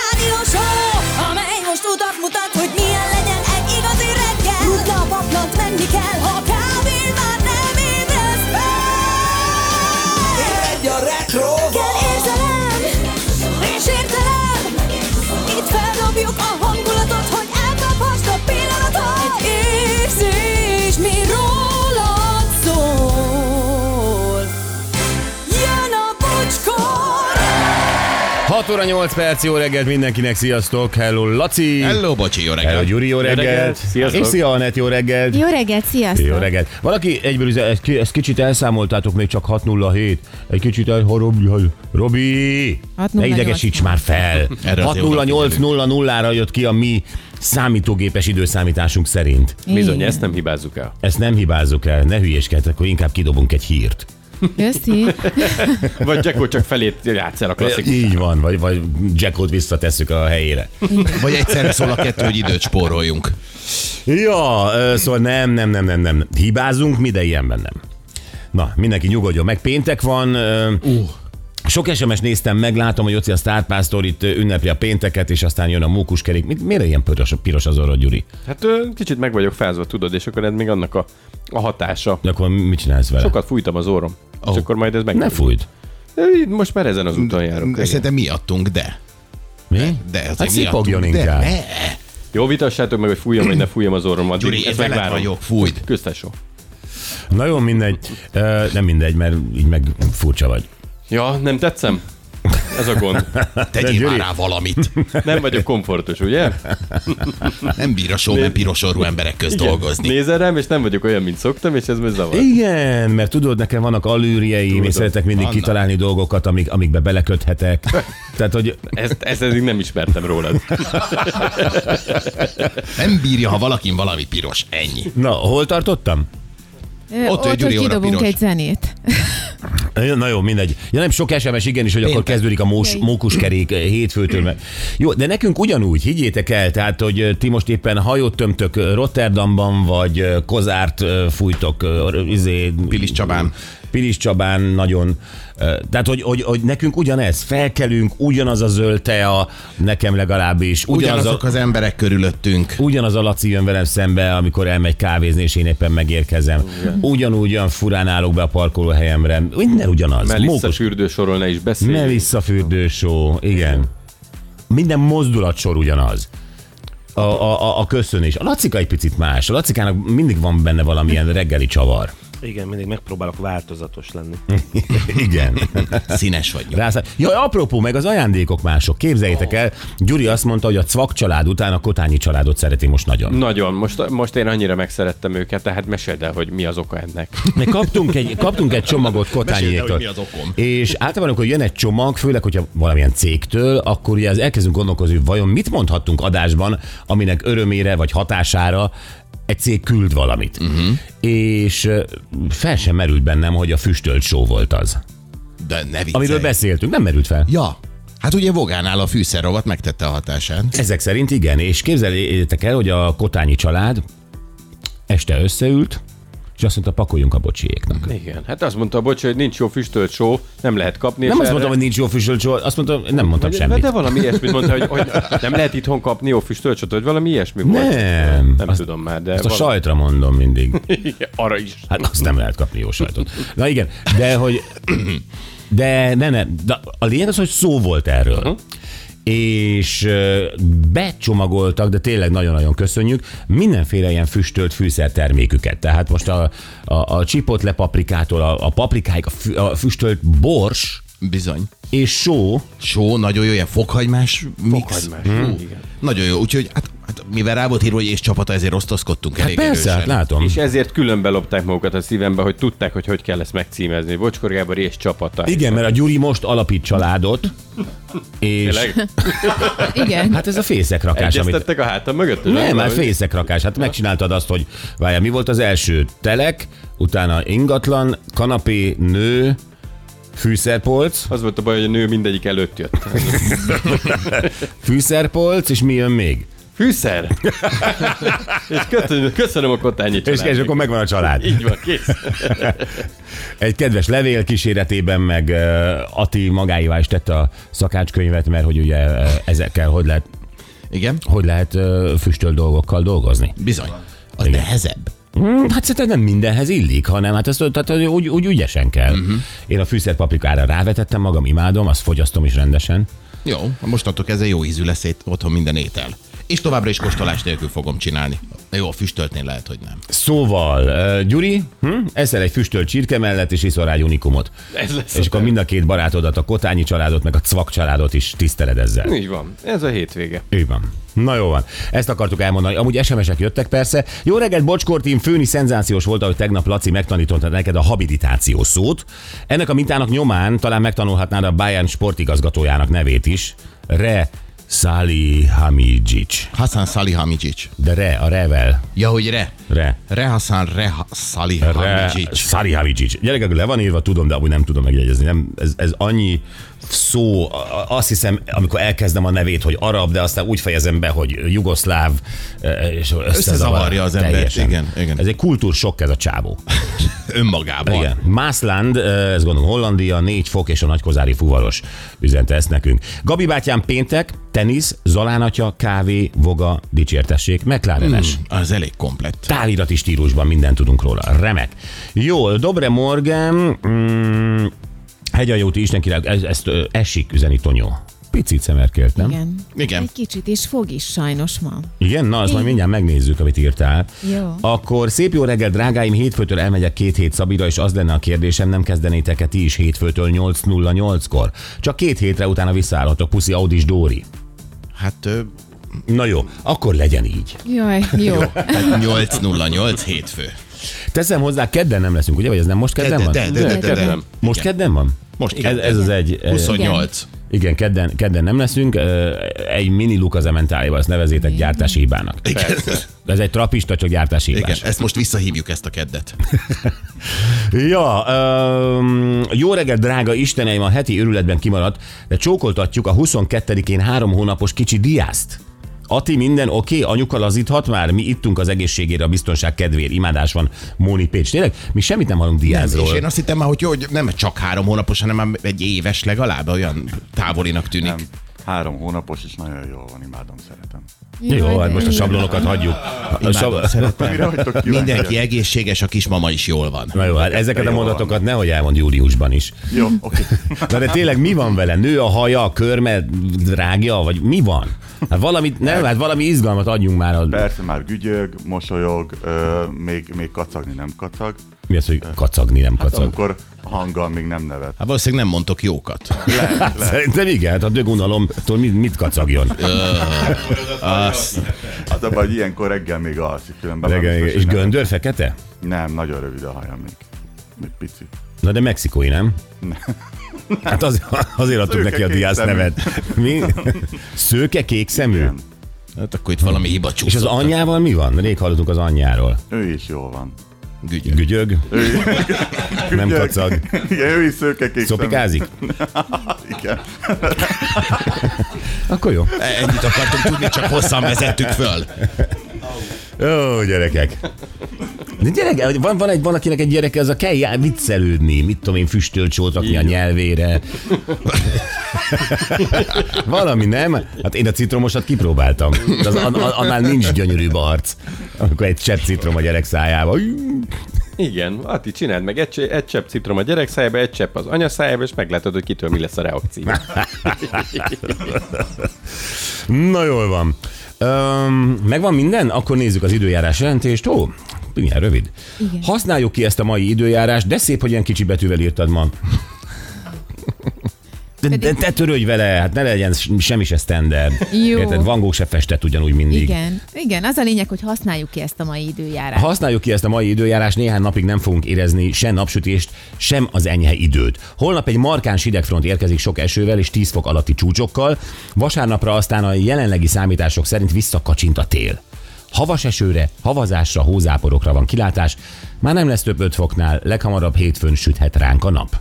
rádió show, amely most utat mutat, hogy milyen legyen egy igazi reggel. Rutna a paplant, menni kell, ha kávén már nem ébredsz fel. Egy a retro Kell érzelem, és értelem, itt feldobjuk a hangulatot, hogy elkaphast a pillanatot. Egy érzés, mi rólad szól. Jön a bocskor! 6 óra 8 perc, jó reggelt mindenkinek, sziasztok! Hello Laci! Hello, bocsi, jó Hello reggelt. Gyuri, jó reggelt! sziasztok. És szia Anett, jó reggelt! Jó reggelt, sziasztok! Jó reggelt! Valaki egyből üzen, ezt, ki- ezt kicsit elszámoltátok, még csak 607. Egy kicsit el, ha Robi, ha, Robi! 608. Ne idegesíts már fel! Erre azért 608.00-ra jött ki a mi számítógépes időszámításunk szerint. Bizony, Igen. ezt nem hibázzuk el. Ezt nem hibázzuk el, ne hülyéskedj, akkor inkább kidobunk egy hírt. Köszi. Vagy akkor csak felét játsz el a klasszikus. Így van, vagy, vagy Jackot visszatesszük a helyére. Vagy egyszerre szól a kettő, hogy időt spóroljunk. Ja, ö, szóval nem, nem, nem, nem, nem. Hibázunk mi, de ilyenben nem. Na, mindenki nyugodjon meg. Péntek van. Uh. Sok sms néztem meg, látom, hogy Oci a Star Pastor itt ö, ünnepli a pénteket, és aztán jön a mókuskerék. Mit, miért ilyen piros, piros az orra, Gyuri? Hát ö, kicsit meg vagyok fázva, tudod, és akkor ez még annak a, a hatása. De akkor mit csinálsz vele? Sokat fújtam az orrom. Oh. És akkor majd ez meg... Ne fújd. Ö, így Most már ezen az úton járok. igen. Szerintem miattunk, de. Mi? De azért Hát miattunk, szipogjon de. inkább. Ne. Jó, vitassátok meg, hogy fújjam, vagy ne fújjam az orrom. Addig Gyuri, ez ezt veled megvárom. vagyok, fújd. Köztesó. Na jó, mindegy. Ö, nem mindegy, mert így meg furcsa vagy. Ja, nem tetszem? Ez a gond. De Tegyél Gyuri- már rá valamit. Nem vagyok komfortos, ugye? Nem bír a showman piros orrú emberek köz dolgozni. Nézel rám, és nem vagyok olyan, mint szoktam, és ez most zavar. Igen, mert tudod, nekem vannak allűrjeim, és szeretek mindig Vannak. kitalálni dolgokat, amik, amikbe beleköthetek. Tehát, hogy Ezt, ezt eddig nem ismertem rólad. Nem bírja, ha valakin valami piros. Ennyi. Na, hol tartottam? Ö, Ott ő, hogy Gyuri, óra kidobunk piros. egy zenét. Na jó, mindegy. Ja nem, sok SMS igenis, hogy akkor Péntek. kezdődik a mós, mókuskerék eh, hétfőtől. Mert... Jó, de nekünk ugyanúgy, higgyétek el, tehát, hogy eh, ti most éppen hajót tömtök eh, Rotterdamban, vagy eh, kozárt eh, fújtok, eh, r- izé, Pilis Csabán. Pilis Csabán nagyon. eh, Tehát, hogy, hogy, hogy nekünk ugyanez, felkelünk, ugyanaz a zöldtea, nekem legalábbis, ugyanaz a, Ugyanazok az emberek körülöttünk. Ugyanaz a Laci jön velem szembe, amikor elmegy kávézni, és én éppen megérkezem. Ugyanúgy olyan furán állok be a parkolóhelyemre. Minden ugyanaz. Melissa Mókus, fürdősorról ne is beszélj. Melissa fürdősó, igen. Minden mozdulatsor ugyanaz. A, a, a, a köszönés. A Lacika egy picit más. A Lacikának mindig van benne valamilyen reggeli csavar. Igen, mindig megpróbálok változatos lenni. Igen. Színes vagy. Rászá... Jaj, apropó, meg az ajándékok mások. Képzeljétek el, Gyuri azt mondta, hogy a Cvak család után a Kotányi családot szereti most nagyon. Nagyon, most, most én annyira megszerettem őket, tehát meséld el, hogy mi az oka ennek. Mert kaptunk egy, kaptunk egy csomagot Meséld el, kotányéktól. hogy mi az okom. És általában, amikor jön egy csomag, főleg, hogyha valamilyen cégtől, akkor ugye az elkezdünk gondolkozni, hogy vajon mit mondhattunk adásban, aminek örömére vagy hatására egy cég küld valamit. Mhm. Uh-huh. És ö, fel sem merült bennem, hogy a füstölt só volt az. De ne viccelj. Amiről beszéltünk, nem merült fel. Ja. Hát ugye Vogánál a fűszerrovat megtette a hatását. Ezek szerint igen, és képzeljétek el, hogy a Kotányi család este összeült, és azt mondta, pakoljunk a bocsiéknak. Igen, hát azt mondta a bocs, hogy nincs jó füstölt só, nem lehet Nem kapni. és azt erre- mondtam, hogy nincs jó füstölt só, azt mondtam, nem mondtam de, semmit. de valami ilyesmit mondta, hogy, hogy nem lehet itthon kapni jó füstölt sót, vagy valami ilyesmi volt. Nem. Nem Azt- tudom már, de Ezt a valami- sajtra mondom mindig. Igen, arra is. Hát azt nem lehet kapni jó sajtot. Na igen, de hogy... De ne, ne, de a lényeg az, hogy szó volt erről. Mhm. És ö, becsomagoltak, de tényleg nagyon-nagyon köszönjük, mindenféle ilyen füstölt fűszerterméküket. Tehát most a, a, a chipotle paprikától a, a paprikáig a, fü, a füstölt bors Bizony. és só, Hát Só, nagyon jó, ilyen fokhagymás mix. Hm. Hagymás. Mm. Igen. Nagyon jó, úgyhogy hát, hát mivel rá volt írva, hogy és csapata, ezért osztozkodtunk hát elég persze, hát erősen. látom. És ezért külön belopták magukat a szívembe, hogy tudták, hogy hogy kell ezt megcímezni. Bocskor Gábor és csapata. Igen, mert a Gyuri most alapít családot, és Tényleg? Igen. hát ez a fészekrakás, amit Egyeztettek a hátam mögött? ugye? Nem, már Valahogy- fészekrakás. Hát megcsináltad azt, hogy várjál, mi volt az első? Telek, utána ingatlan, kanapé, nő, fűszerpolc, Az volt a baj, hogy a nő mindegyik előtt jött. fűszerpolc, és mi jön még? Fűszer! és köszönöm, köszönöm a kotányi És, és akkor megvan a család. Így van, kész. Egy kedves levél kíséretében, meg uh, Ati magáivá is tette a szakácskönyvet, mert hogy ugye uh, ezekkel hogy lehet, Igen, hogy lehet uh, füstöl dolgokkal dolgozni. bizony. Az Igen. nehezebb. Hmm, hát szerintem nem mindenhez illik, hanem hát ezt tehát, hogy úgy, úgy ügyesen kell. Mhm. Uh-huh. Én a fűszerpaprikára rávetettem magam, imádom, azt fogyasztom is rendesen. Jó, hát mostantól kezdve jó ízű lesz itt otthon minden étel. És továbbra is kóstolás nélkül fogom csinálni. Jó, a füstöltnél lehet, hogy nem. Szóval, uh, Gyuri, hm? eszel egy füstölt csirke mellett, és iszol rá egy unikumot. Ez lesz és a akkor terv. mind a két barátodat, a Kotányi családot, meg a Cvak családot is tiszteled ezzel. Így van, ez a hétvége. Így van. Na jó van, ezt akartuk elmondani. Amúgy SMS-ek jöttek persze. Jó reggelt, Bocskortin, főni szenzációs volt, ahogy tegnap Laci megtanította neked a habilitáció szót. Ennek a mintának nyomán talán megtanulhatnád a Bayern sportigazgatójának nevét is. Re Szali Hamidzsics. Hasan Salihamidzsics. De re, a revel. Ja, hogy re. Re. Re Hasan Re Re Salihamidzsics. Szali Hamidzsics. Gyerekek, le van írva, tudom, de amúgy nem tudom megjegyezni. Nem, ez, ez annyi szó, a- a- azt hiszem, amikor elkezdem a nevét, hogy arab, de aztán úgy fejezem be, hogy jugoszláv, eh, és összezavar- Összezavarja az embert, teljesen. igen, igen. Ez egy kultúrsokk ez a csávó. Önmagában. Igen. Mászland, eh, ez gondolom Hollandia, 4 fok és a nagykozári fuvaros üzente ezt nekünk. Gabi bátyám péntek, tenisz, zalánatya, kávé, voga, dicsértessék, McLarenes. Hmm. Hm, Az elég komplett. Tálirati stílusban mindent tudunk róla. Remek. Jól, Dobre Morgan, mm, Hegyaljóti Isten király, ez, ezt ö, esik, üzeni Tonyó. Picit szemerkélt, nem? Igen. Igen. Igen. Egy kicsit, és fog is sajnos ma. Igen? Na, azt majd Igen. mindjárt megnézzük, amit írtál. Jó. Akkor szép jó reggel, drágáim, hétfőtől elmegyek két hét Szabira, és az lenne a kérdésem, nem kezdenétek-e ti is hétfőtől 8.08-kor? Csak két hétre utána visszaállhatok, puszi Audis Dóri. Hát ö, Na jó, akkor legyen így. Jaj, jó. hát 808 hétfő. Teszem hozzá, kedden nem leszünk, ugye? Vagy ez nem most kedden De, van? de, de, de, de, de. kedden. Most kedden van? Most ez, ez az egy... eh, 28. Igen, kedden, kedden nem leszünk, ö, egy mini Lucas Ementálival, ezt nevezétek gyártási hibának. Igen. Ez egy trapista, csak gyártási Igen, hibás. ezt most visszahívjuk ezt a keddet. Ja, um, jó reggel, drága Isteneim, a heti őrületben kimaradt, de csókoltatjuk a 22-én három hónapos kicsi diászt. Ati, minden oké? Okay? Anyuka lazíthat már? Mi ittunk az egészségére, a biztonság kedvéért. Imádás van, Móni Pécs. Tényleg? Mi semmit nem hallunk És diázról. én azt hittem már, hogy, jó, hogy nem csak három hónapos, hanem már egy éves legalább, olyan távolinak tűnik. Nem. Három hónapos, és nagyon jól van, imádom, szeretem. Jó, Jaj, hát de most a jó. sablonokat hagyjuk. A Imádom, sab- Mire szeretem. vagytok kíváncsiak? Mindenki egészséges, a kismama is jól van. Na jó, hát ezeket a Jó van. mondatokat nehogy elmond júliusban is. Jó, oké. Na de tényleg mi van vele? Nő a haja, a körme drágja, vagy mi van? Hát valamit, nem, hát valami izgalmat adjunk már. A, Persze már gügyög, mosolyog, ö, még, még kacagni nem kacag. mi az, hogy kacagni, nem Hát kacag? amikor hanggal még nem nevet. Hát valószínűleg nem mondtok jókat. Lehet, lehet. Szerintem igen, hát a dögunalomtól mit, mit kacagjon? Azt, Az a baj, hogy ilyenkor reggel még alszik, különben nem Reggel, biztos, és hogy nem- göndör fekete? Nem, nagyon rövid a haja még. Még pici. Na de mexikói, nem? Hát az, azért adtuk Szőke neki a kék diász szemű. nevet. Mi? Szőke kék szemű? Igen. hát akkor itt valami hiba csúszott. És az anyjával mi van? Rég hallottunk az anyjáról. Ő is jól van. Gügyök. Gügyög? Nem Ugye- kacag. Igen, ő is szőkekék Szopikázik? Igen. Akkor jó. Ennyit akartunk tudni, csak hosszan vezettük föl. Ó, gyerekek. De gyerek, van, van, egy, van akinek egy gyereke, az a kell já- viccelődni, mit tudom én, füstölt sót rakni a nyelvére. Valami, nem? Hát én a citromosat kipróbáltam. De Az, an- an- annál nincs gyönyörűbb arc, amikor egy csepp citrom a gyerek szájába. Ú, Igen, Ati, csináld meg egy, egy csepp citrom a gyerek szájába, egy csepp az anya szájába, és meglátod, hogy kitől mi lesz a reakció. Na jól van. Öm, megvan minden? Akkor nézzük az időjárás jelentést. Ó, milyen rövid. Igen. Használjuk ki ezt a mai időjárást, de szép, hogy ilyen kicsi betűvel írtad ma. De, de te törődj vele, hát ne legyen s- semmi se standard. Jó. Érted, Van Gogh se festett ugyanúgy mindig. Igen. Igen, az a lényeg, hogy használjuk ki ezt a mai időjárást. Használjuk ki ezt a mai időjárás, néhány napig nem fogunk érezni sem napsütést, sem az enyhe időt. Holnap egy markáns hidegfront érkezik sok esővel és 10 fok alatti csúcsokkal, vasárnapra aztán a jelenlegi számítások szerint visszakacsint a tél. Havas esőre, havazásra, hózáporokra van kilátás, már nem lesz több 5 foknál, leghamarabb hétfőn süthet ránk a nap.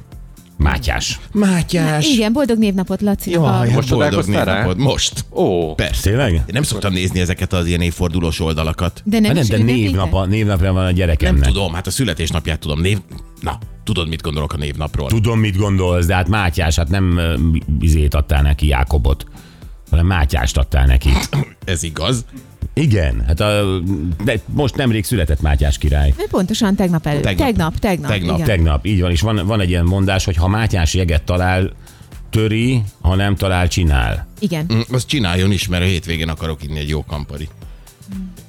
Mátyás. Mátyás. Igen, boldog névnapot, Laci. Jaj, Most most boldog találkoztál rá? névnapod. Most. Ó, Persze. Tényleg? Én nem szoktam nézni ezeket az ilyen évfordulós oldalakat. De nem, Nem, nem is Hát de ünneplitek? névnapa, névnapja van a gyerekemnek. Nem tudom, hát a születésnapját tudom. Név... Na, tudod, mit gondolok a névnapról. Tudom, mit gondolsz, de hát Mátyás, hát nem ö, izét adtál neki Jákobot, hanem Mátyást adtál neki. Ez igaz. Igen, hát a, de most nemrég született Mátyás király. Ő Pontosan tegnap előtt. Tegnap. Tegnap, tegnap. tegnap, Tegnap. igen. Tegnap, így van, és van, van egy ilyen mondás, hogy ha Mátyás jeget talál, töri, ha nem talál, csinál. igen. Mm, Azt csináljon is, mert a hétvégén akarok inni egy jó kampari.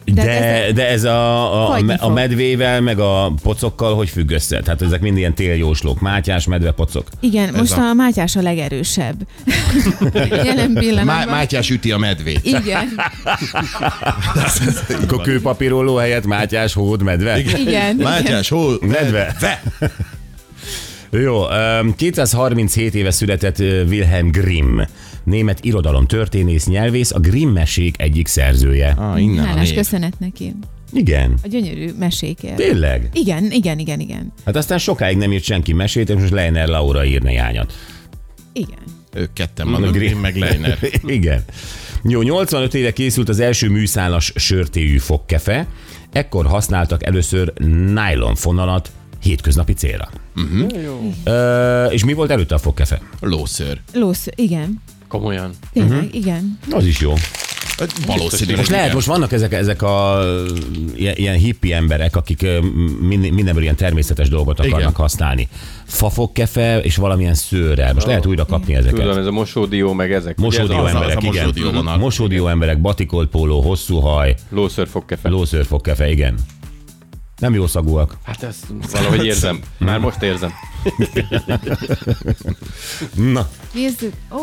De, de, ez- de ez a, a, a, Fagyni me- a fog. medvével, meg a pocokkal hogy függ össze? Tehát ezek mind ilyen téljóslók. Mátyás, medve, pocok. Igen, most a- a... Mátyás a legerősebb. Jelen Má- pillanatban. Mátyás üti a medvét. Igen, Akkor kőpapíroló helyett Mátyás, hód, medve? Igen. igen. igen. Mátyás, hol? Medve. Ve! Jó, öm, 237 éve született ö, Wilhelm Grimm, német irodalom történész, nyelvész, a Grimm mesék egyik szerzője. Ah, innen a Hálás név. köszönet neki. Igen, A gyönyörű mesékért. tényleg. Igen, igen, igen, igen. Hát aztán sokáig nem írt senki mesét, és most Leiner Laura ír néhányat. Igen. Ők ketten vannak, Grimm. Grimm meg Leiner. Igen. Jó, 85 éve készült az első műszálas sörtéjű fogkefe, ekkor használtak először nylon fonalat hétköznapi célra. Uh-huh. Ö, és mi volt előtte a fogkefe? Lószőr. Lósz, igen. komolyan. Tényleg, uh-huh. igen. Az is jó. Valószínűleg. Most lehet, igen. most vannak ezek, ezek a ilyen, ilyen hippi emberek, akik ö, min- mindenből ilyen természetes dolgot akarnak Igen. Igen. használni. Fafogkefe és valamilyen szőrrel. Most lehet újra kapni ezeket. Tudom, ez a mosódió, meg ezek. Ugye Mosódió ez az, emberek, az a igen. mosódió vonal. Mosódió emberek, batikolt póló, hosszú haj, Lóször fogkefe. lószőrfogkefe, igen. Nem jó szagúak. Hát ezt valahogy érzem. Már most érzem. Na, Nézzük. Ó,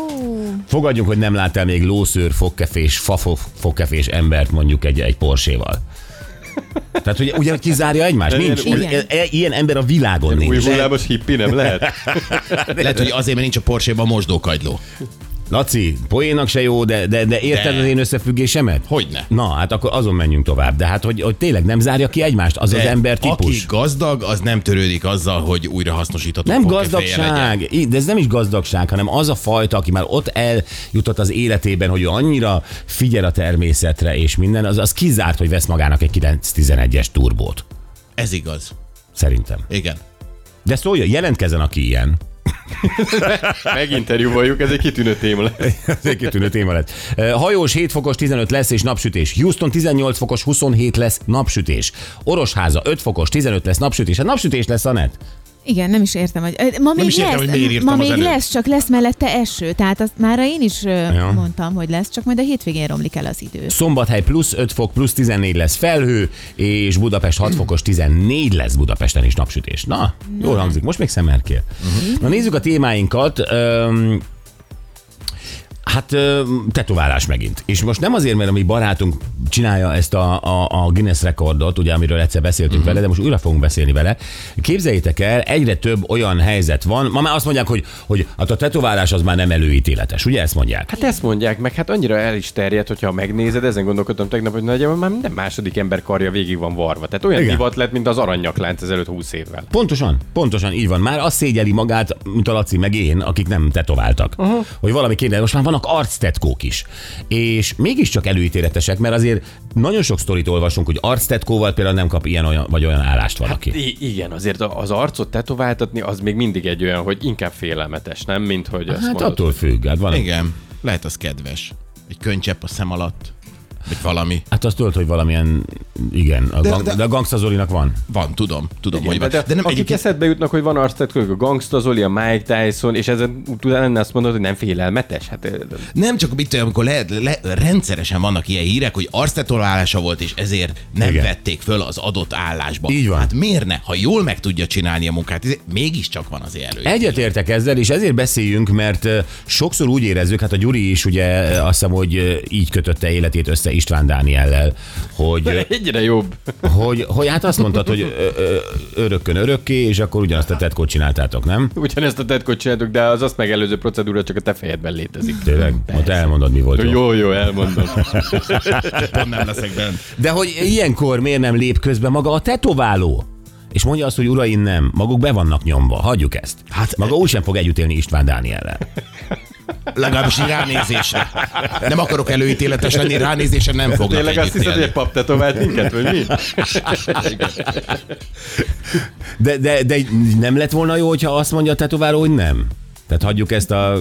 fogadjunk, hogy nem láttál még lószőr, fogkefés, fafogkefés embert mondjuk egy, egy porséval. Tehát ugye, ugye kizárja egymást? Nincs. Igen. Ez- e- Ilyen ember a világon Új nincs. hullámos hippi nem lehet? Lehet, hogy azért, mert nincs a Porsche-ban mosdókagyló. Laci, poénak se jó, de, de, de érted De. az én összefüggésemet? Hogyne. Na, hát akkor azon menjünk tovább. De hát, hogy, hogy tényleg nem zárja ki egymást, az az De ember típus. Aki gazdag, az nem törődik azzal, hogy újra hasznosítható Nem fogkeféje legyen. gazdagság, Í- de ez nem is gazdagság, hanem az a fajta, aki már ott eljutott az életében, hogy ő annyira figyel a természetre és minden, az, az kizárt, hogy vesz magának egy 911-es turbót. Ez igaz. Szerintem. Igen. De szólja, jelentkezzen, aki ilyen. Meginterjúvaljuk, ez egy kitűnő téma lesz. Ez egy kitűnő téma lett. E, Hajós 7 fokos 15 lesz és napsütés. Houston 18 fokos 27 lesz napsütés. Orosháza 5 fokos 15 lesz napsütés. Hát napsütés lesz a net. igen, nem is értem, hogy... Ö, Ma még is értem, lesz, hogy miért írtam ma az még előbb. lesz, csak lesz mellette eső. Tehát azt már én is Ja. ja. mondtam, hogy lesz, csak majd a hétvégén romlik el az idő. Szombathely plusz 5 fok, plusz 14 lesz felhő, és Budapest 6 fokos 14 lesz Budapesten is napsütés. Na, jól hangzik, most még szemerkél. Uh-huh. Na nézzük a témáinkat. Öm, Hát ö, tetoválás megint. És most nem azért, mert a mi barátunk csinálja ezt a, a, a Guinness rekordot, ugye, amiről egyszer beszéltünk uh-huh. vele, de most újra fogunk beszélni vele. Képzeljétek el, egyre több olyan helyzet van. Ma már azt mondják, hogy, hogy hát a tetoválás az már nem előítéletes, ugye ezt mondják? Hát ezt mondják meg, hát annyira el is terjedt, hogyha megnézed, ezen gondolkodtam tegnap, hogy nagyjából már minden második ember karja végig van varva. Tehát olyan Igen. Igen. divat lett, mint az aranyaklánc ezelőtt 20 évvel. Pontosan, pontosan így van. Már azt szégyeli magát, mint a Laci meg én, akik nem tetováltak. Uh-huh. Hogy valami kéne, most már vannak arctetkók is. És mégiscsak előítéletesek, mert azért nagyon sok sztorit olvasunk, hogy arctetkóval például nem kap ilyen olyan, vagy olyan állást valaki. Hát, I- igen, azért a- az arcot tetováltatni, az még mindig egy olyan, hogy inkább félelmetes, nem? Mint hogy azt hát mondod. attól függ, hát van. Igen. Lehet az kedves. Egy könycsepp a szem alatt. Vagy valami. Hát azt tudod, hogy valamilyen, igen, a de, gang, de, de- de a Gangsta Zolinak van. Van, tudom. Tudom, Igen, hogy van. de, de nem akik egyébként... eszedbe jutnak, hogy van arctetkők, a Gangsta Zoli, a Mike Tyson, és ezen utána lenne azt mondod, hogy nem félelmetes. Hát, ö, Nem csak mit tudom, amikor le, le, rendszeresen vannak ilyen hírek, hogy arctetolálása volt, és ezért nem Igen. Igen. vették föl az adott állásba. Így van. Hát miért ne? Ha jól meg tudja csinálni a munkát, ezért mégiscsak van az elő. Egyetértek ezzel, és ezért beszéljünk, mert ö, sokszor úgy érezzük, hát a Gyuri is ugye ö, azt hiszem, hogy ö, így kötötte életét össze István Dániellel, hogy ö, Egyre jobb. Hogy, hogy hát azt mondtad, hogy ö, ö, örökkön örökké, és akkor ugyanazt a tetkót csináltátok, nem? Ugyanezt a tetkot csináltuk, de az azt megelőző procedúra csak a te fejedben létezik. Tényleg, majd elmondod, mi volt. Jó. Jó, jó, elmondom. Pont nem leszek bent. De hogy ilyenkor miért nem lép közbe maga a tetováló? és mondja azt, hogy uraim nem, maguk be vannak nyomva, hagyjuk ezt. Hát, Maga úgy sem fog együtt élni István Dániellel. Legalábbis így ránézésre. Nem akarok előítéletes lenni, ránézésre nem fognak Tényleg azt együtt hiszed, hogy élni. egy pap tetovált minket, vagy mi? De, de, de nem lett volna jó, hogyha azt mondja a tetováló, hogy nem? Tehát hagyjuk ezt a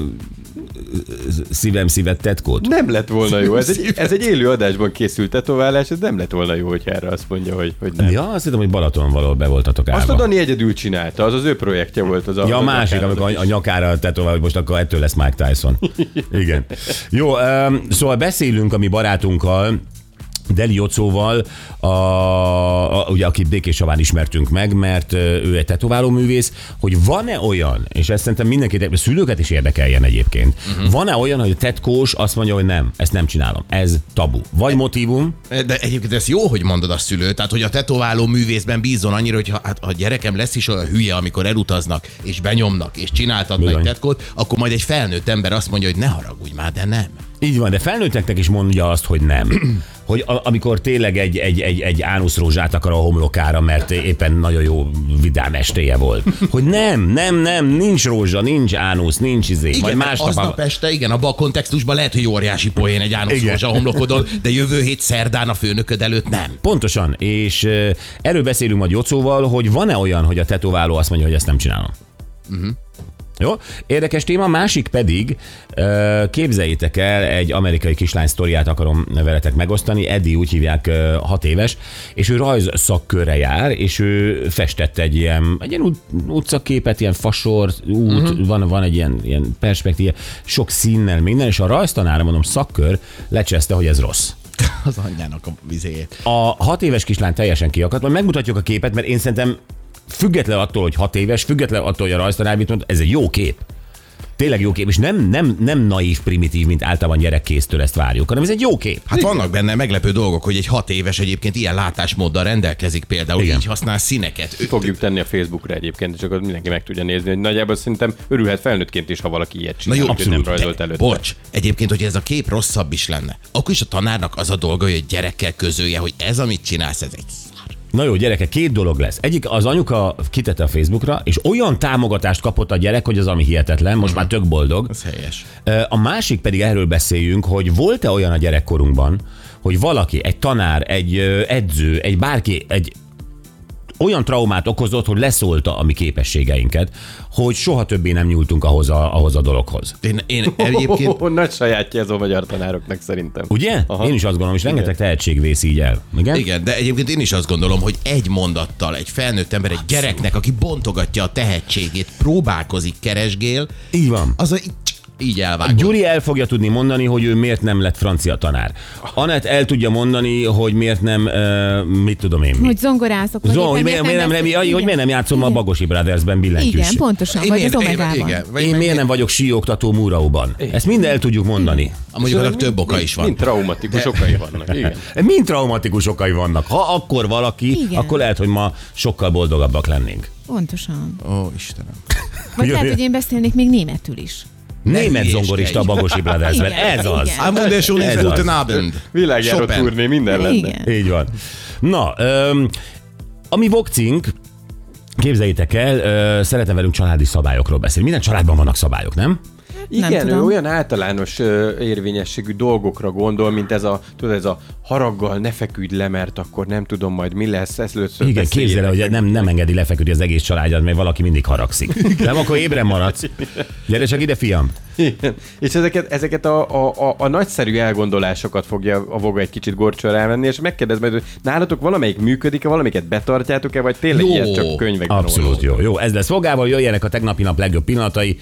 szívem szívet tetkót? Nem lett volna jó. Ez egy, ez egy élő adásban készült tetoválás, ez nem lett volna jó, hogy erre azt mondja, hogy, hogy nem. Ja, azt hittem, hogy Balaton való be voltatok Azt a állva. Dani egyedül csinálta, az az ő projektje volt. Az Ja, a az másik, akár- amikor a nyakára tetovál, hogy most akkor ettől lesz Mike Tyson. Igen. Jó, öm, szóval beszélünk a mi barátunkkal, Deli Jocóval, a, a, ugye, akit Békésaván ismertünk meg, mert ö, ő egy tetováló művész, hogy van-e olyan, és ezt szerintem mindenkit, a szülőket is érdekeljen egyébként, Mhm. uh-huh. van-e olyan, hogy a tetkós azt mondja, hogy nem, ezt nem csinálom, ez tabu. Vagy motivum, De egyébként ez jó, hogy mondod a szülő, tehát hogy a tetováló művészben bízon annyira, hogy ha hát, ha a gyerekem lesz is olyan hülye, amikor elutaznak, és benyomnak, és csináltatnak Bizony. egy tetkót, akkor majd egy felnőtt ember azt mondja, hogy ne haragudj már, de nem. Így van, de felnőtteknek is mondja azt, hogy nem. Hogy a, amikor tényleg egy, egy, egy, egy ánuszrózsát akar a homlokára, mert éppen nagyon jó vidám estéje volt. Hogy nem, nem, nem, nincs rózsa, nincs ánusz, nincs izé. Igen, Majd Igen, hát másnap... aznap este, igen, abban a kontextusban lehet, hogy óriási poén egy Igen. ánuszos a homlokodon, de jövő hét szerdán a főnököd előtt nem. Pontosan, és ö, erről beszélünk majd Jocóval, hogy van-e olyan, hogy a tetováló azt mondja, hogy ezt nem csinálom. Jó, érdekes téma, másik pedig, ö, képzeljétek el, egy amerikai kislány sztoriát akarom veletek megosztani, Eddie úgy hívják, ö, hat éves, és ő rajz szakkörre jár, és ő festett egy ilyen, egy ilyen ut- utcaképet, ilyen fasor, út, uh-huh. van, van egy ilyen, ilyen perspektíva, sok színnel minden, és a rajztanára, mondom, szakkör lecseszte, hogy ez rossz. Az anyjának a vizéjét. A hat éves kislány teljesen kiakadt, majd megmutatjuk a képet, mert én szerintem független attól, hogy hat éves, független attól, hogy a rajztanár mit mond, ez egy jó kép. Tényleg jó kép, és nem, nem, nem naív, primitív, mint általában gyerekkésztől ezt várjuk, hanem ez egy jó kép. Hát vannak benne meglepő dolgok, hogy egy hat éves egyébként ilyen látásmóddal rendelkezik, például Igen. igen. így használ színeket. Ő, Fogjuk tenni a Facebookra egyébként, és akkor mindenki meg tudja nézni, hogy nagyjából szerintem örülhet felnőttként is, ha valaki ilyet Na csinál, jó, hogy abszolút. nem rajzolt de- előtt. Bocs, egyébként, hogy ez a kép rosszabb is lenne, akkor is a tanárnak az a dolga, hogy egy gyerekkel közölje, hogy ez, amit csinálsz, ez egy szar. Na jó, gyerekek, két dolog lesz. Egyik, az anyuka kitette a Facebookra, és olyan támogatást kapott a gyerek, hogy az ami hihetetlen, most már tök boldog. Mhm. Ez helyes. Ö, A másik pedig erről beszéljünk, hogy volt-e olyan a gyerekkorunkban, hogy valaki, egy tanár, egy ö, edző, egy bárki, egy olyan traumát okozott, hogy leszólta a mi képességeinket, hogy soha többé nem nyúltunk ahhoz a, ahhoz a dologhoz. Én, én egyébként Oh, nagy sajátja ez a magyar tanároknak szerintem. Ugye? Aha. Én is azt gondolom, és rengeteg tehetség vész így el. Igen? igen, de egyébként én is azt gondolom, hogy egy mondattal egy felnőtt ember, egy gyereknek, aki bontogatja a tehetségét, próbálkozik, keresgél, Így van. az a, így elvágod. Gyuri el fogja tudni mondani, hogy ő miért nem lett francia tanár. Anett el tudja mondani, hogy miért nem, uh, mit tudom én mi. Hogy hát zongorázok. vagy Zó, éppen hogy miért, miért, nem, nem, beszél- hogy miért nem játszom a Bagosi Brothersben Igen, billentyűs. Igen, pontosan. Én vagy miért- az Omegában. igen, vagy Én meg- miért nem vagyok síoktató Múraóban? Ezt mind el tudjuk mondani. Amúgy annak több oka is van. Mind traumatikus okai vannak, igen. Mind traumatikus okai vannak. Ha akkor valaki, Igen. Igen. akkor lehet, hogy ma sokkal boldogabbak lennénk. Pontosan. Ó, Istenem. Vagy Jó, lehet, jó. hogy én beszélnék még németül is. Német hülyéskedj. zongorista a Bagosi Brothersben. Igen, Ez az. igen. Am Wunderschönen Ez az. guten Abend. Világjáró Chopin. turné minden lenne. Igen. Így van. Na, öm, ami vokcink, képzeljétek el, ö, szeretem velünk családi szabályokról beszélni. Minden családban vannak szabályok, nem? Nem Igen, ő tudom. olyan általános ö, érvényességű dolgokra gondol, mint ez a, tudod, ez a haraggal ne feküdj le, mert akkor nem tudom majd mi lesz. Ez először Igen, beszéljétek képzel el, hogy nem, nem engedi lefeküdni az egész családját, mert valaki mindig haragszik. Nem, akkor ébren maradsz. Gyere csak ide, fiam. Igen. És ezeket, ezeket a, a, a, a nagyszerű elgondolásokat fogja a voga egy kicsit gorcsol elmenni, és megkérdez majd, hogy nálatok valamelyik működik-e, valamelyiket betartjátok-e, vagy tényleg Jó. ilyet csak könyvekben Abszolút jó, jó. Ez lesz fogával, jöjjenek a tegnapi nap legjobb pillanatai.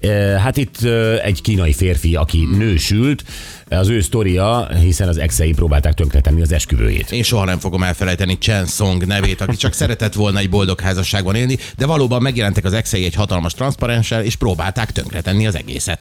E, Hát itt e, egy kínai férfi, aki nősült, Eh, az ő sztoria, hiszen az exei próbálták tönkretenni az esküvőjét. Én soha nem fogom elfelejteni Chen Song nevét, aki csak szeretett volna egy boldog házasságban élni, de valóban megjelentek az exei egy hatalmas transzparenssel, és próbálták tönkretenni az egészet.